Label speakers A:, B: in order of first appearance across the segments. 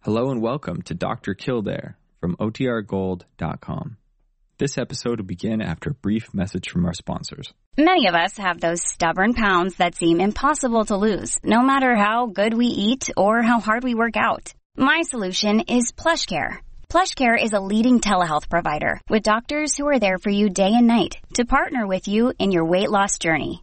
A: Hello and welcome to Dr. Kildare from OTRGold.com. This episode will begin after a brief message from our sponsors.
B: Many of us have those stubborn pounds that seem impossible to lose, no matter how good we eat or how hard we work out. My solution is PlushCare. PlushCare is a leading telehealth provider with doctors who are there for you day and night to partner with you in your weight loss journey.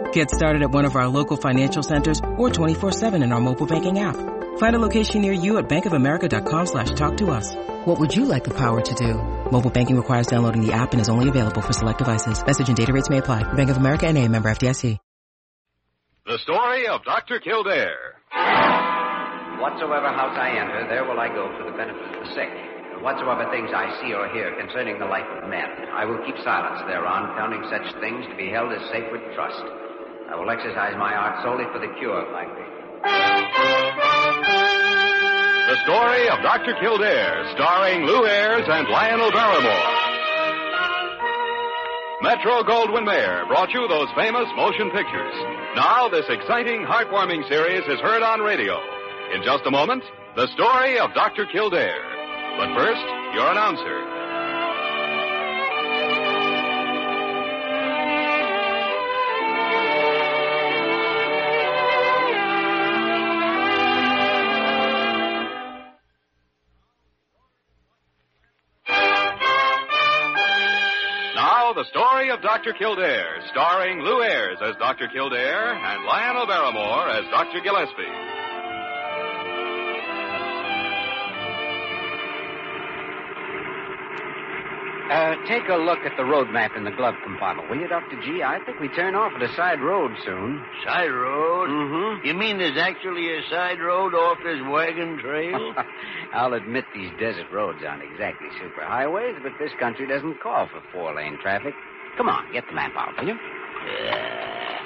C: Get started at one of our local financial centers or 24-7 in our mobile banking app. Find a location near you at bankofamerica.com slash talk to us. What would you like the power to do? Mobile banking requires downloading the app and is only available for select devices. Message and data rates may apply. Bank of America and a member FDIC.
D: The story of Dr. Kildare.
E: Whatsoever house I enter, there will I go for the benefit of the sick. And Whatsoever things I see or hear concerning the life of men, I will keep silence thereon, counting such things to be held as sacred trust. I will exercise my art solely for the cure of my people.
D: The story of Dr. Kildare, starring Lou Ayres and Lionel Barrymore. Metro Goldwyn Mayer brought you those famous motion pictures. Now, this exciting, heartwarming series is heard on radio. In just a moment, the story of Dr. Kildare. But first, your announcer, Now, the story of Dr. Kildare, starring Lou Ayres as Dr. Kildare and Lionel Barrymore as Dr. Gillespie.
E: Uh, take a look at the road map in the glove compartment, will you, Dr. G? I think we turn off at a side road soon.
F: Side road?
E: Mm-hmm.
F: You mean there's actually a side road off this wagon trail?
E: I'll admit these desert roads aren't exactly superhighways, but this country doesn't call for four lane traffic. Come on, get the map out, will you?
F: Yeah.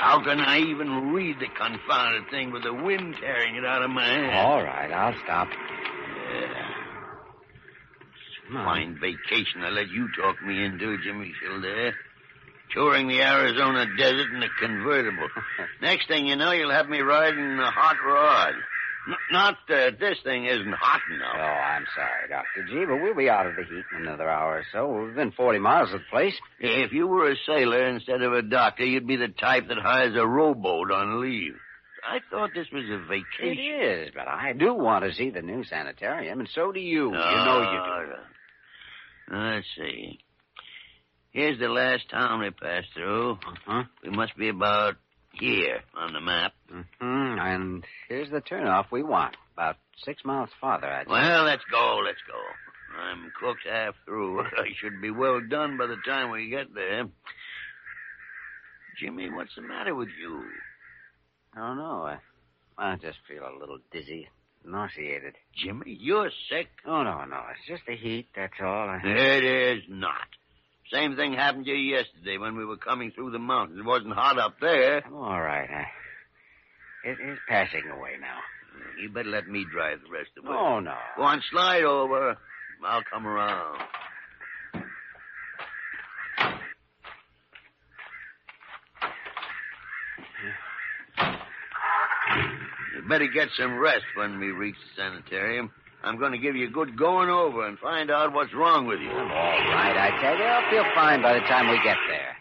F: How can I even read the confounded thing with the wind tearing it out of my hand?
E: All right, I'll stop. Come on.
F: Fine vacation I let you talk me into, Jimmy Kildare. Touring the Arizona desert in a convertible. Next thing you know, you'll have me riding a hot rod. N- not that this thing isn't hot
E: Oh,
F: enough.
E: I'm sorry, Dr. G, but we'll be out of the heat in another hour or so. We've been 40 miles of the place.
F: If you were a sailor instead of a doctor, you'd be the type that hires a rowboat on leave. I thought this was a
E: It
F: vacation.
E: is, but I do want to see the new sanitarium, and so do you. you know
F: Uh.
E: you do.
F: do. Let's see. Here's the last town we passed through.
E: Huh?
F: We must be about here on the map.
E: hmm And here's the turnoff we want. About six miles farther, I'd say.
F: Well, let's go, let's go. I'm cooked half through. I should be well done by the time we get there. Jimmy, what's the matter with you?
E: I don't know. I, I just feel a little dizzy, nauseated.
F: Jimmy, you're sick.
E: Oh, no, no. It's just the heat, that's all. I...
F: It is not. Same thing happened to you yesterday when we were coming through the mountains. It wasn't hot up there.
E: I'm all right. I... It is passing away now.
F: You better let me drive the rest of the way.
E: Oh, no.
F: Go on, slide over. I'll come around. You better get some rest when we reach the sanitarium. I'm going to give you a good going over and find out what's wrong with you.
E: I'm all right, I tell you. I'll feel fine by the time we get there.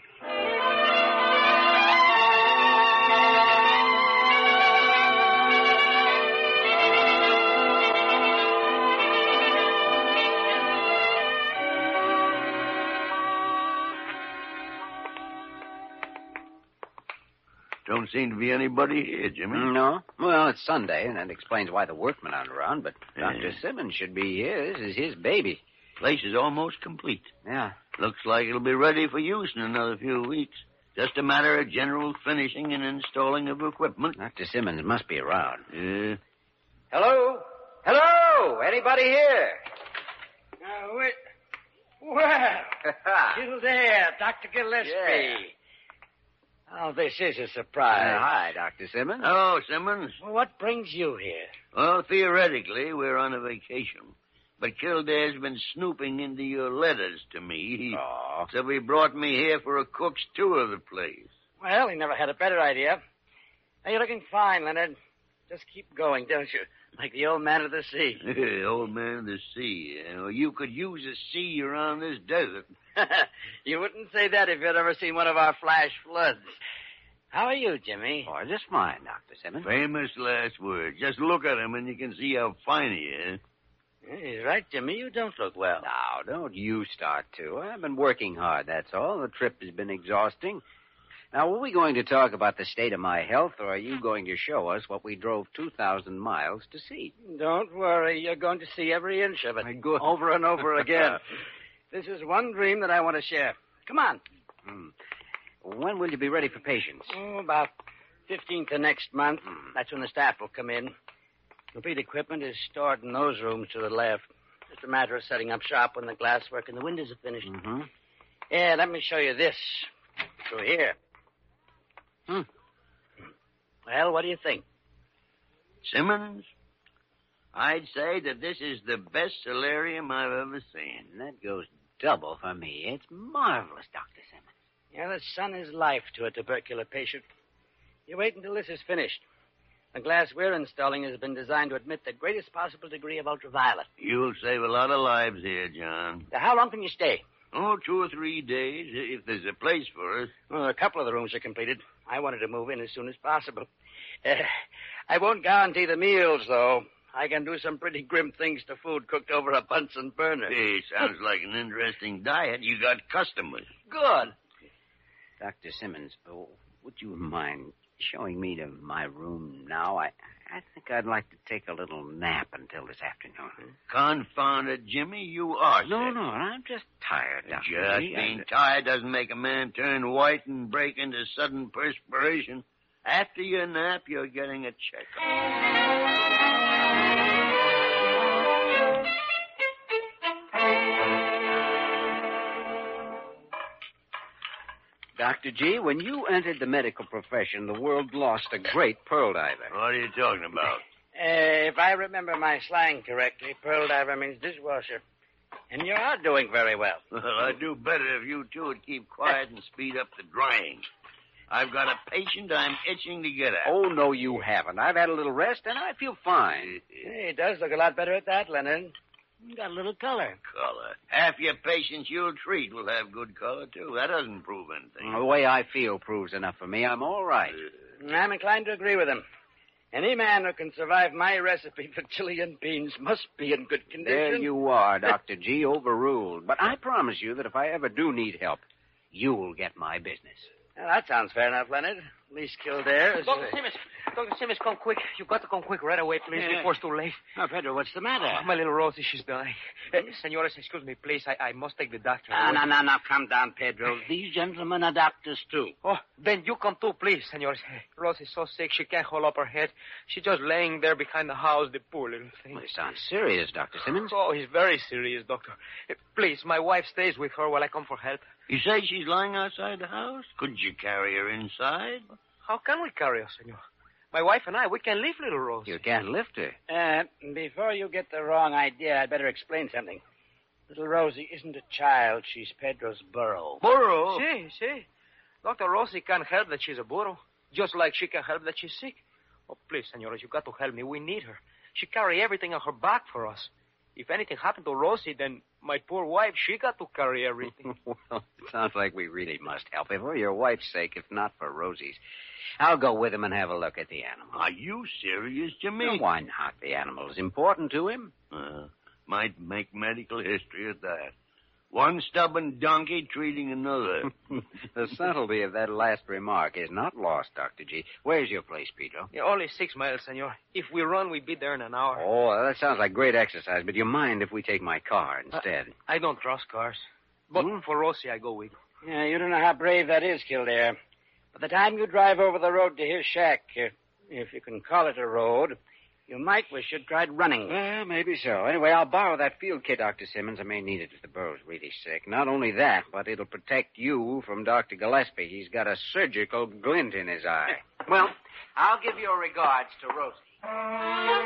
F: don't seem to be anybody here, Jimmy.
G: No? Well, it's Sunday, and that explains why the workmen aren't around, but Dr.
F: Yeah.
G: Simmons should be here. This is his baby.
F: Place is almost complete.
G: Yeah.
F: Looks like it'll be ready for use in another few weeks. Just a matter of general finishing and installing of equipment.
G: Dr. Simmons must be around.
F: Yeah.
G: Hello? Hello? Anybody here?
E: Now, Uh, wait. Well, Kildare, Dr. Gillespie. Oh, this is a
G: Uh,
E: surprise.
G: hi, Dr. Simmons.
F: Hello, Simmons.
E: Well, what brings you here?
F: Well, theoretically, we're on a vacation. But Kildare's been snooping into your letters to me.
G: Aw.
F: So he brought me here for a cook's tour of the place.
E: Well, he never had a better idea. Now, you're looking fine, Leonard. Just keep going, don't you? Like the old man of the sea.
F: Old man of the sea. You, know, you could use a sea around this desert.
E: you wouldn't say that if you'd ever seen one of our flash floods. How are you, Jimmy?
G: Or Oh, just mine, Dr. Simmons.
F: Famous last word. Just look at him and you can see how fine he is.
E: He's right, Jimmy. You don't look well.
G: Now, don't you start to. I've been working hard, that's all. The trip has been exhausting. Now, were we going to talk about the state of my health, or are you going to show us what we drove 2,000 miles to see?
E: Don't worry. You're going to see every inch of it.
G: good.
E: Over and over again. this is one dream that I want to share. Come on.
G: Hmm. When will you be ready for patients?
E: Oh, about 15th of next month.
G: Hmm.
E: That's when the staff will come in. Complete equipment is stored in those rooms to the left. Just a matter of setting up shop when the glasswork and the windows are finished.
G: Mm-hmm.
E: Yeah, let me show you this. Through here.
G: Hmm.
E: Well, what do you think?
F: Simmons, I'd say that this is the best solarium I've ever seen.
G: And that goes double for me. It's marvelous, Dr. Simmons.
E: Yeah, the sun is life to a tubercular patient. You wait until this is finished. The glass we're installing has been designed to admit the greatest possible degree of ultraviolet.
F: You'll save a lot of lives here, John.
E: Now, how long can you stay?
F: Oh, two or three days, if there's a place for us.
E: Well, a couple of the rooms are completed. I wanted to move in as soon as possible. Eh, I won't guarantee the meals, though. I can do some pretty grim things to food cooked over a Bunsen burner.
F: Hey, sounds like an interesting diet. You got customers.
E: Good.
G: Dr. Simmons, oh, would you mind showing me to my room now? I, I think I'd like to take a little nap until this
E: Hmm?
G: afternoon.
F: Confound it, Jimmy, you are.
G: No,
F: sick.
G: no, I'm just tired, Dr.
F: Just
G: Lee. I-
F: being tired doesn't make a man turn white and break into sudden perspiration. After your nap, you're getting a checkup.
G: Dr. G, when you entered the medical profession, the world lost a great pearl diver.
F: What are you talking about?
E: Eh, if I remember my slang correctly, pearl diver means dishwasher. And you are doing very well.
F: Well, I'd do better if you two would keep quiet and speed up the drying. I've got a patient I'm itching to get at.
G: Oh, no, you haven't. I've had a little rest, and I feel fine.
E: Hey, it does look a lot better at that, Leonard. You got a little color.
F: color. Half your patients you'll treat will have good color, too. That doesn't prove anything.
G: The way I feel proves enough for me. I'm all right.
E: Uh, I'm inclined to agree with him. Any man who can survive my recipe for chili and beans must be in good condition.
G: There you are, Dr. G, overruled. But I promise you that if I ever do need help, you'll get my business.
E: Well, that sounds fair enough, Leonard. At least Kildare is... uh,
H: Dr. Simmons, Dr. Simmons, come quick. You got to come quick right away, please,
E: Yeah.
H: before it's too late.
E: Oh, Pedro, what's the matter?
H: My little Rosie, she's dying. Uh, senores, excuse me, please. I, I must take the doctor.
E: Ah, no, no, no, calm down, Pedro. These gentlemen are doctors, too.
H: Oh, then you come too, please, senores. Rosie's so sick she can't hold up her head. She's just laying there behind the house, the poor little thing.
G: Well, it sounds serious, Dr. Simmons.
H: Oh, he's very serious, doctor. Uh, Please, my wife stays with her while I come for help.
F: You say she's lying outside the house? Couldn't you carry her inside?
H: How can we carry her, senor? My wife and I, we can leave little Rosie.
G: You can't lift her.
E: Uh, before you get the wrong idea, I'd better explain something. Little Rosie isn't a child. She's Pedro's burro.
F: Burro?
H: See, see. Dr. Rossi can't help that she's a burro, just like she can help that she's sick. Oh, please, senores, you got to help me. We need her. She carry everything on her back for us. If anything happened to Rosie, then my poor wife, she got to carry everything.
G: Well, it sounds like we really must help him for your wife's sake, if not for Rosie's. I'll go with him and have a look at the animal.
F: Are you serious, Jimmy?
G: Well, why not? The animal is important to him.
F: Uh, might make medical history at that. One stubborn donkey treating another.
E: The subtlety of that last remark is not lost, Dr. G. Where's your place, Pedro?
H: Yeah, only six miles, senor. If we run, we'd be there in an hour.
E: Mm. Oh, that sounds like great exercise, but you mind if we take my car instead?
I: Uh,
H: I don't trust cars. But for Rossi, I go with.
I: Yeah, you don't know how brave that is, Kildare. By the time you drive over the road to his shack, if, if you can call it a road, you might wish you'd tried running.
E: Well, maybe so. Anyway, I'll borrow that field kit, Dr. Simmons. I may need it if the burrow's really sick. Not only that, but it'll protect you from Dr. Gillespie. He's got a surgical glint in his eye.
I: Well, I'll give your regards to Rosie.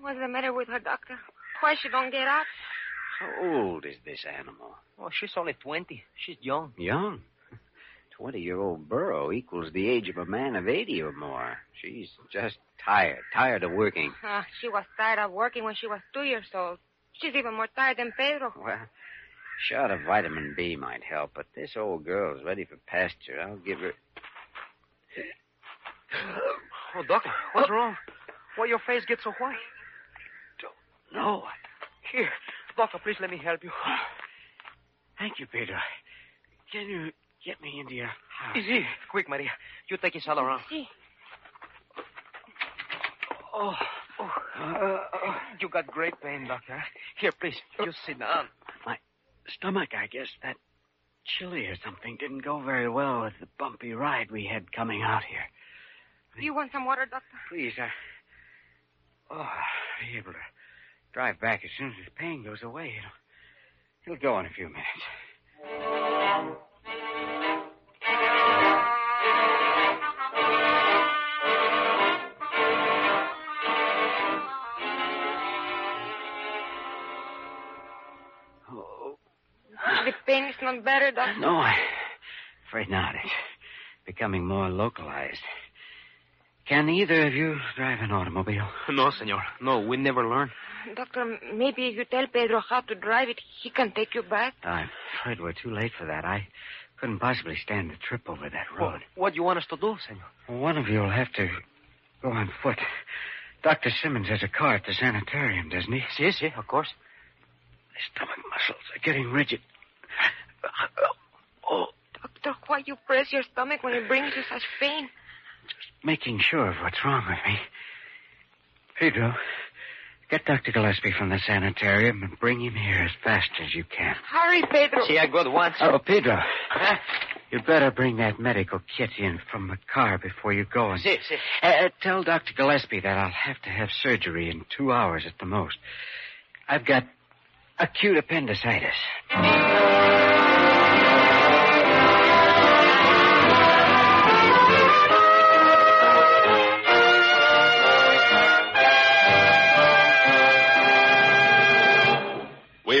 J: What's the matter with her, doctor? Why she don't get up?
E: How old is this animal?
H: Oh, she's only 20. She's young.
E: Young. 20 year old burro equals the age of a man of 80 or more. She's just tired, tired of working.
J: Ah, she was tired of working when she was two years old. She's even more tired than Pedro.
E: Well, shot of vitamin B might help, but this old girl's ready for pasture. I'll give her.
H: Oh, doctor, what's wrong? Why your face gets so white?
E: No.
H: Here, doctor, please let me help you.
E: Thank you, Pedro. Can you get me into your house?
H: Easy. Quick, Maria. You take his all around.
J: See,
H: Oh, oh. you got great pain, doctor. Here, please, you sit down.
E: My stomach, I guess that chili or something didn't go very well with the bumpy ride we had coming out here.
J: you want some water, doctor?
E: Please, I. Oh, I'll be able to drive back as soon as this pain goes away. It'll, it'll go in a few minutes. Oh,
J: The pain is not better, doctor.
E: no, I'm afraid not. It's becoming more localized. Can either of you drive an automobile?
H: No, senor. No, we never learn.
J: Doctor, maybe if you tell Pedro how to drive it, he can take you back.
E: I'm afraid we're too late for that. I couldn't possibly stand the trip over that road.
H: What do you want us to do, senor?
E: Well, one of you will have to go on foot. Dr. Simmons has a car at the sanitarium, doesn't he?
H: Si, si, of course.
E: My stomach muscles are getting rigid. Oh,
J: Doctor, why you press your stomach when it brings you such pain?
E: making sure of what's wrong with me. Pedro, get Dr. Gillespie from the sanitarium and bring him here as fast as you can.
J: Hurry, Pedro.
H: I got one.
E: Oh, Pedro. You'd better bring that medical kit in from the car before you go. And...
H: Si, si.
E: Uh, uh, tell Dr. Gillespie that I'll have to have surgery in two hours at the most. I've got acute appendicitis.
D: We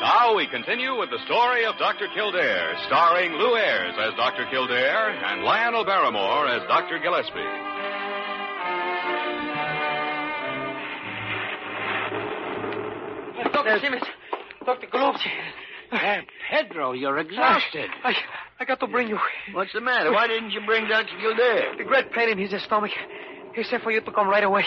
D: Now we continue with the story of Dr. Kildare, starring Lou Ayres as Dr. Kildare and Lionel Barrymore as Dr. Gillespie.
H: Dr. Simmons. Dr. Golovsky.
E: Pedro, you're
H: I, I got to bring you.
F: What's the matter? Why didn't you bring Dr. Kildare?
H: The great pain in his stomach. He said for you to come right away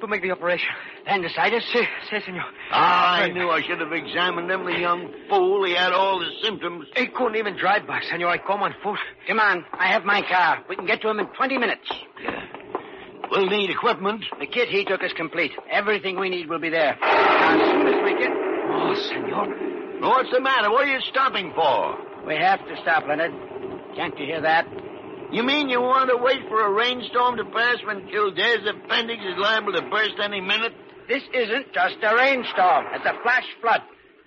H: to make the operation. Appendicitis? Si, si, senor.
F: Ah, I knew I should have examined him, the young fool. He had all the symptoms.
H: He couldn't even drive back, senor. I come on foot.
I: Come on, I have my car. We can get to him in 20 minutes.
F: We'll need equipment.
I: The kit he took is complete. Everything we need will be there. Now, as soon as we get...
H: Oh, senor.
F: What's the matter? What are you stopping for?
I: We have to stop, Leonard. Can't you hear that?
F: You mean you want to wait for a rainstorm to pass when Kildare's appendix is liable to burst any minute?
E: This isn't just a rainstorm. It's a flash flood.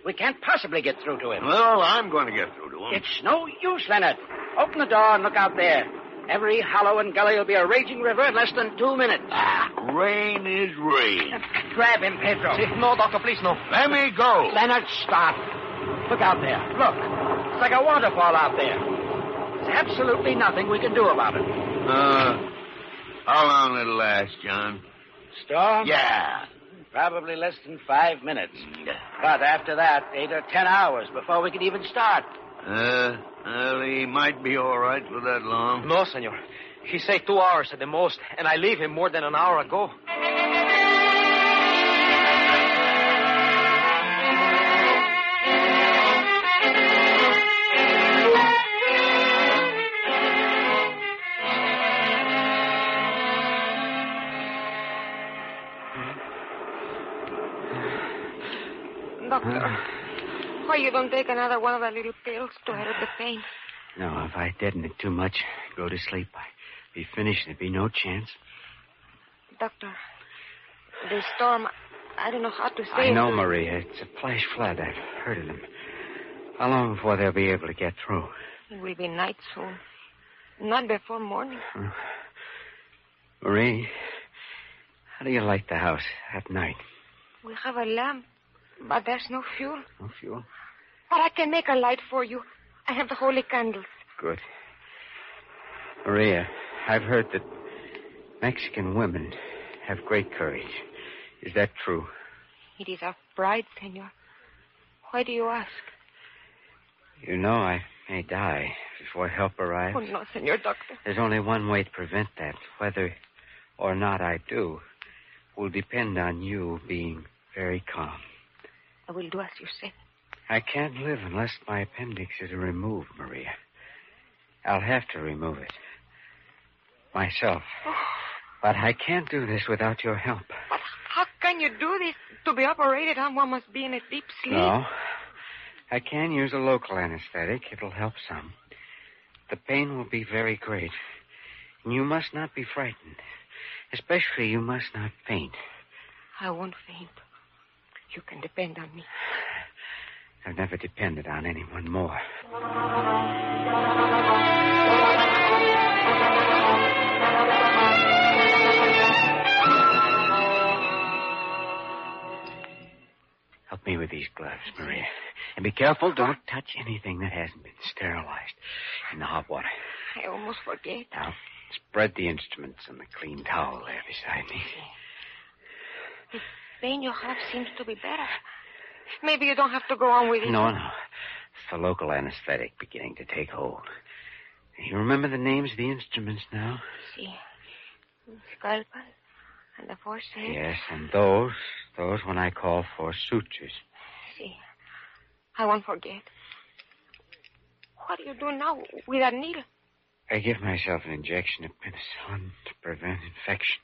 E: We can't possibly get through to him.
F: Well, I'm going to get through to him.
E: It's no use, Leonard. Open the door and look out there. Every hollow and gully will be a raging river in less than two minutes.
F: Ah, rain is rain.
E: Grab him, Pedro.
H: No, Doctor, please, no.
F: Let me go.
E: Leonard, stop. Look out there. Look. It's like a waterfall out there. There's absolutely nothing we can do about it.
F: Uh, how long it'll last, John?
E: Storm?
F: Yeah.
E: Probably less than five minutes. But after that, eight or ten hours before we can even start.
F: Uh, well, he might be all right for that long.
H: No, senor. He say two hours at the most, and I leave him more than an hour ago.
K: Doctor, why you don't take another one of the little pills to help the pain?
E: No, if I deaden it too much, go to sleep, I'd be finished. There'd be no chance.
K: Doctor, the storm, I don't know how to say
E: I know,
K: it.
E: Maria. It's a flash flood. I've heard of them. How long before they'll be able to get through?
K: It will be night soon. Not before morning.
E: Marie, how do you light the house at night?
K: We have a lamp, but there's no fuel.
E: No fuel?
K: But I can make a light for you. I have the holy candles.
E: Good. Maria, I've heard that Mexican women have great courage. Is that true?
K: It is our bride, senor. Why do you ask?
E: You know I may die before help arrives.
K: Oh, no, senor doctor.
E: There's only one way to prevent that. Whether or not I do will depend on you being very calm.
K: I will do as you say.
E: I can't live unless my appendix is removed, Maria. I'll have to remove it myself. But I can't do this without your help.
K: Oh. But how can you do this? To be operated on, one must be in a deep sleep.
E: No. I can use a local anesthetic. It'll help some. The pain will be very great. And you must not be frightened. Especially, you must not faint.
K: I won't faint. You can depend on me.
E: I've never depended on anyone more. Help me with these gloves, Maria. And be careful, don't touch anything that hasn't been sterilized in the hot water.
K: I almost forget.
E: Now, spread the instruments and the clean towel there beside me.
K: Pain you have seems to be better. Maybe you don't have to go on with it.
E: No, no. It's the local anesthetic beginning to take hold. You remember the names of the instruments now?
K: See. Scalpel and the forceps.
E: Yes, and those, those when I call for sutures.
K: See. I won't forget. What do you do now with that needle?
E: I give myself an injection of penicillin to prevent infection.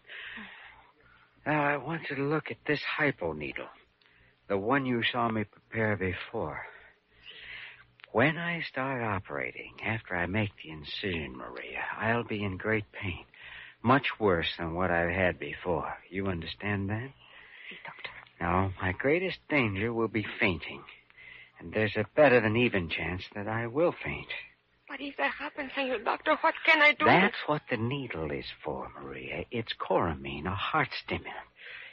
E: Now, I want you to look at this hypo needle, the one you saw me prepare before. When I start operating, after I make the incision, Maria, I'll be in great pain. Much worse than what I've had before. You understand that?
K: See, Doctor.
E: No, my greatest danger will be fainting. And there's a better than even chance that I will faint.
K: What if that happens, Senor Doctor? What can I do?
E: That's what the needle is for, Maria. It's coramine, a heart stimulant.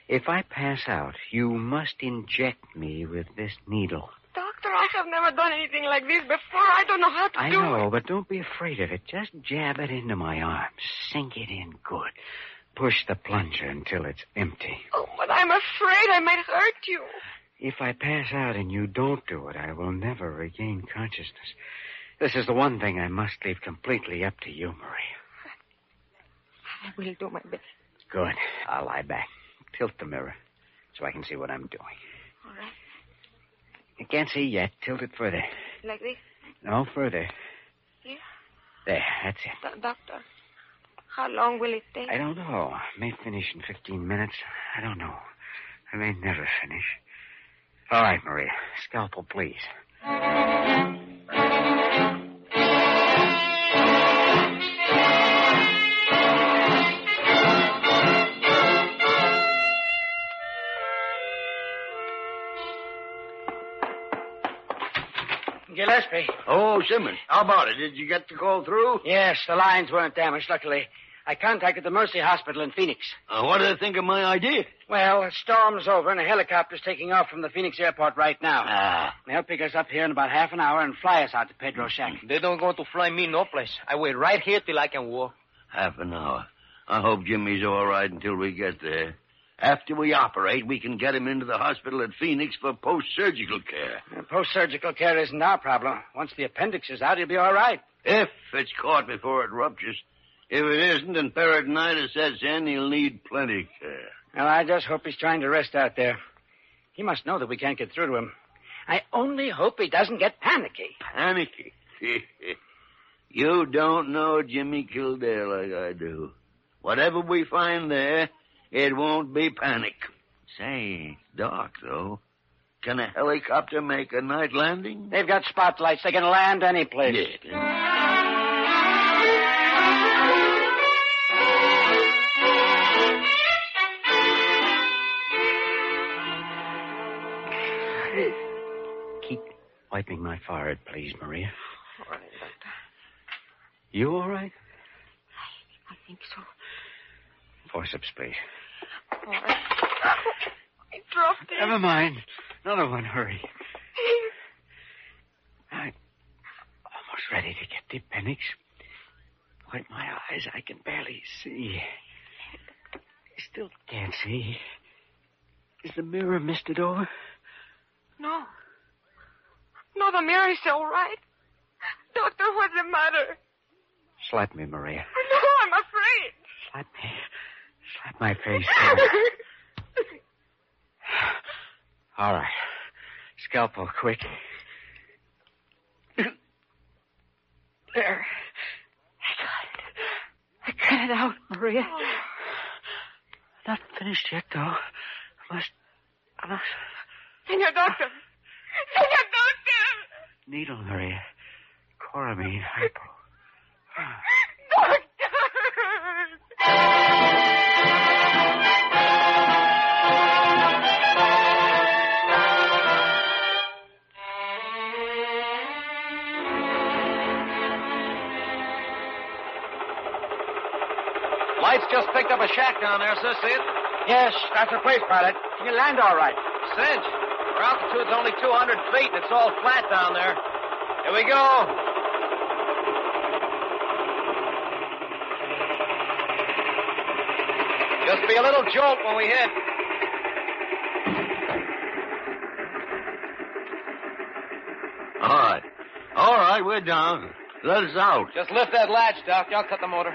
E: If I pass out, you must inject me with this needle.
K: Doctor, I have never done anything like this before. I don't know how to
E: I
K: do
E: know,
K: it.
E: but don't be afraid of it. Just jab it into my arm. Sink it in good. Push the plunger until it's empty.
K: Oh, but I'm afraid I might hurt you.
E: If I pass out and you don't do it, I will never regain consciousness. This is the one thing I must leave completely up to you, Maria.
K: I will do my best.
E: Good. I'll lie back. Tilt the mirror so I can see what I'm doing.
K: All right.
E: You can't see yet. Tilt it further.
K: Like this.
E: No further.
K: Here?
E: There, that's it.
K: Do- doctor, how long will it take?
E: I don't know. I may finish in 15 minutes. I don't know. I may never finish. All right, Maria. Scalpel, please. Gillespie.
F: Oh, Simmons, how about it? Did you get the call through?
E: Yes, the lines weren't damaged, luckily. I contacted the Mercy Hospital in Phoenix.
F: Uh, what do they think of my idea?
E: Well, the storm's over and a helicopter's taking off from the Phoenix airport right now.
H: Uh.
F: Ah.
E: They'll pick us up here in about half an hour and fly us out to Pedro Shack.
H: Mm-hmm. They don't going to fly me no place. I wait right here till I can walk.
F: Half an hour. I hope Jimmy's all right until we get there. After we operate, we can get him into the hospital at Phoenix for post surgical care.
E: Post surgical Uh, care isn't our problem. Once the appendix is out, he'll be all right.
F: If it's caught before it ruptures. If it isn't and peritonitis sets in, he'll need plenty of care.
E: Well, I just hope he's trying to rest out there. He must know that we can't get through to him. I only hope he doesn't get panicky.
F: Panicky. you don't know Jimmy Kildare like I do. Whatever we find there, it won't be panic. Say, it's dark, though. Can a helicopter make a night landing?
E: They've got spotlights. They can land any place.
F: Yeah.
E: Keep wiping my forehead, please, Maria.
K: All right, Doctor.
E: You all right?
K: I think so.
E: Forceps, please.
K: All right. I dropped it.
E: Never mind. Another one. Hurry. I'm almost ready to get the appendix. Wipe my eyes. I can barely see. I still can't see. Is the mirror misted over?
K: No. No, the mirror is all right. Doctor, what's the matter?
E: Slap me, Maria.
K: No, I'm afraid.
E: Slap me. Slap my face. Sarah. All right. Scalpel, quick.
K: there.
E: I cut it out, Maria. Not finished yet, though. I must. I must.
K: Senor Doctor. Senor Doctor.
E: Needle, Maria. Coramine, hypo.
K: Doctor.
H: Lights just picked up a shack down there, sir. See it?
E: Yes, that's the place, pilot. Can you land all right?
H: Cinch. Our altitude's only 200 feet, and it's all flat down there. Here we go. Just be a little jolt when we hit.
F: All right. All right, we're down. Let us out.
H: Just lift that latch, Doc. I'll cut the motor.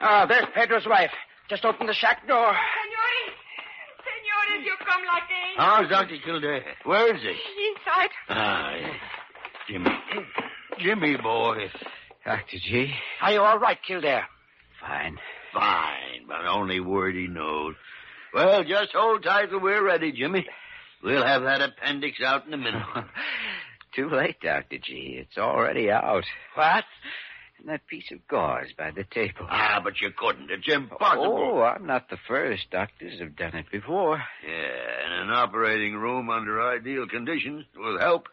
E: Ah, there's Pedro's wife. Just open the shack door.
K: Senores. Senores, you come like angels.
F: How's Dr. Kildare? Where is he?
K: Inside.
F: Ah, yeah. Jimmy. Jimmy, boy.
E: Dr. G. Are you all right, Kildare? Fine.
F: Fine, but only word he knows. Well, just hold tight till we're ready, Jimmy. We'll have that appendix out in a minute.
E: Too late, Dr. G. It's already out. What? And that piece of gauze by the table.
F: ah, but you couldn't. It's impossible.
E: Oh, I'm not the first. Doctors have done it before.
F: Yeah, in an operating room under ideal conditions with help,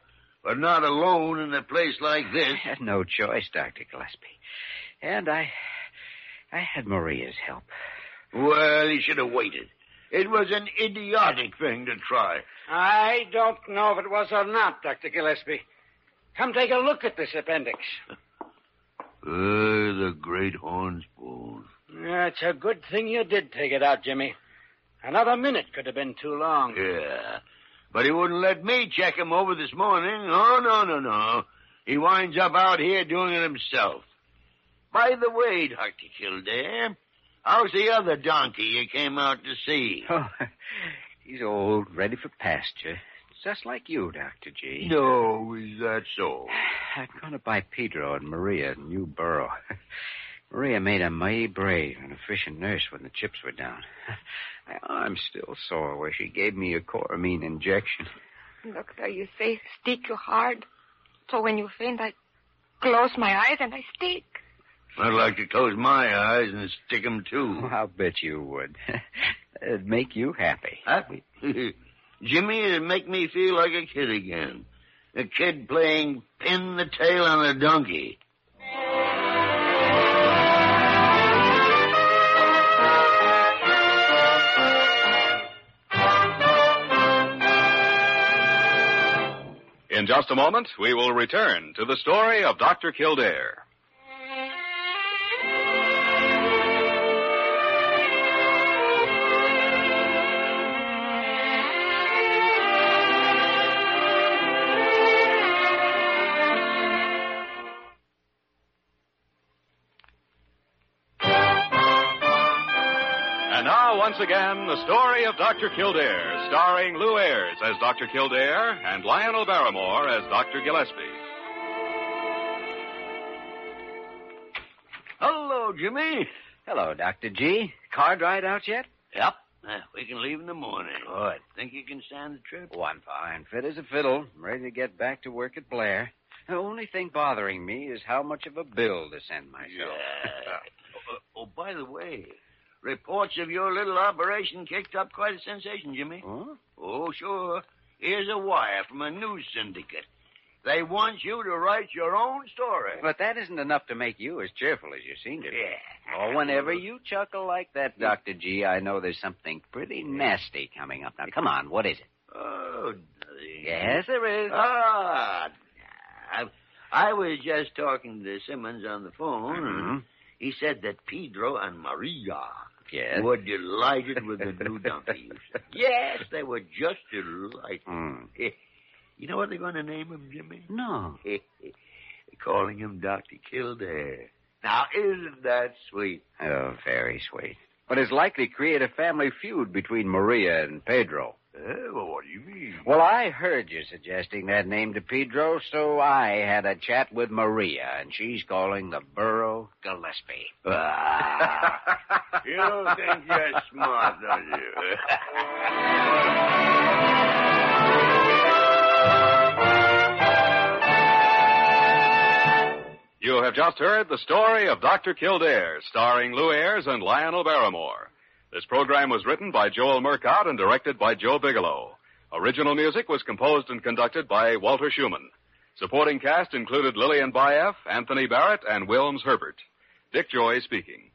F: but not alone in a place like this.
E: I had no choice, Dr. Gillespie. And I. I had Maria's help.
F: Well, he should have waited. It was an idiotic thing to try.
E: I don't know if it was or not, Dr. Gillespie. Come take a look at this appendix.
F: Uh, the great horn spoon.
E: It's a good thing you did take it out, Jimmy. Another minute could have been too long.
F: Yeah. But he wouldn't let me check him over this morning. No, no, no, no. He winds up out here doing it himself. By the way, Dr. Kildare, how's the other donkey you came out to see?
E: Oh, he's old, ready for pasture. Just like you, Dr. G.
F: No, is that so?
E: I'm going to buy Pedro and Maria a new burro. Maria made a mighty brave and efficient nurse when the chips were down. My arm's still sore where she gave me a coramine injection.
K: Doctor, you say stick you hard. So when you faint, I close my eyes and I stick.
F: I'd like to close my eyes and stick 'em
E: Oh,
F: too.
E: I'll bet you would. It'd make you happy.
F: Happy. Jimmy, it'd make me feel like a kid again. A kid playing pin the tail on a donkey.
D: In just a moment, we will return to the story of Dr. Kildare. And now, once again, the story of Dr. Kildare, starring Lou Ayres as Dr. Kildare and Lionel Barrymore as Dr. Gillespie.
E: Hello, Jimmy. Hello, Dr. G. Card ride out yet?
F: Yep. Uh, we can leave in the morning.
E: Good.
F: Think you can stand the trip?
E: Oh, I'm fine. Fit as a fiddle. I'm ready to get back to work at Blair. The only thing bothering me is how much of a bill to send myself.
F: Yeah. oh, oh, by the way, reports of your little operation kicked up quite a sensation, Jimmy.
E: Huh?
F: Oh, sure. Here's a wire from a news syndicate. They want you to write your own story.
E: But that isn't enough to make you as cheerful as you seem to be.
F: Yeah.
E: Or whenever you chuckle like that, Dr. G, I know there's something pretty nasty coming up. Now, come on, what is it?
F: Oh, nothing.
E: Yes, there is.
F: Ah, I, I was just talking to Simmons on the phone.
E: Mhm.
F: and He said that Pedro and Maria
E: Yes.
F: were delighted with the new donkey. yes, they were just delighted.
E: Hmm.
F: You know what they're going to name him, Jimmy?
E: No.
F: Calling him Dr. Kildare. Now, isn't that sweet?
E: Oh, very sweet. But it's likely to create a family feud between Maria and Pedro.
F: Eh, well, what do you mean?
E: Well, I heard you suggesting that name to Pedro, so I had a chat with Maria, and she's calling the burro Gillespie. Ah.
F: you don't think you're smart, don't you?
D: You have just heard the story of Dr. Kildare, starring Lou Ayres and Lionel Barrymore. This program was written by Joel Murcott and directed by Joe Bigelow. Original music was composed and conducted by Walter Schumann. Supporting cast included Lillian Baeff, Anthony Barrett, and Wilms Herbert. Dick Joy speaking.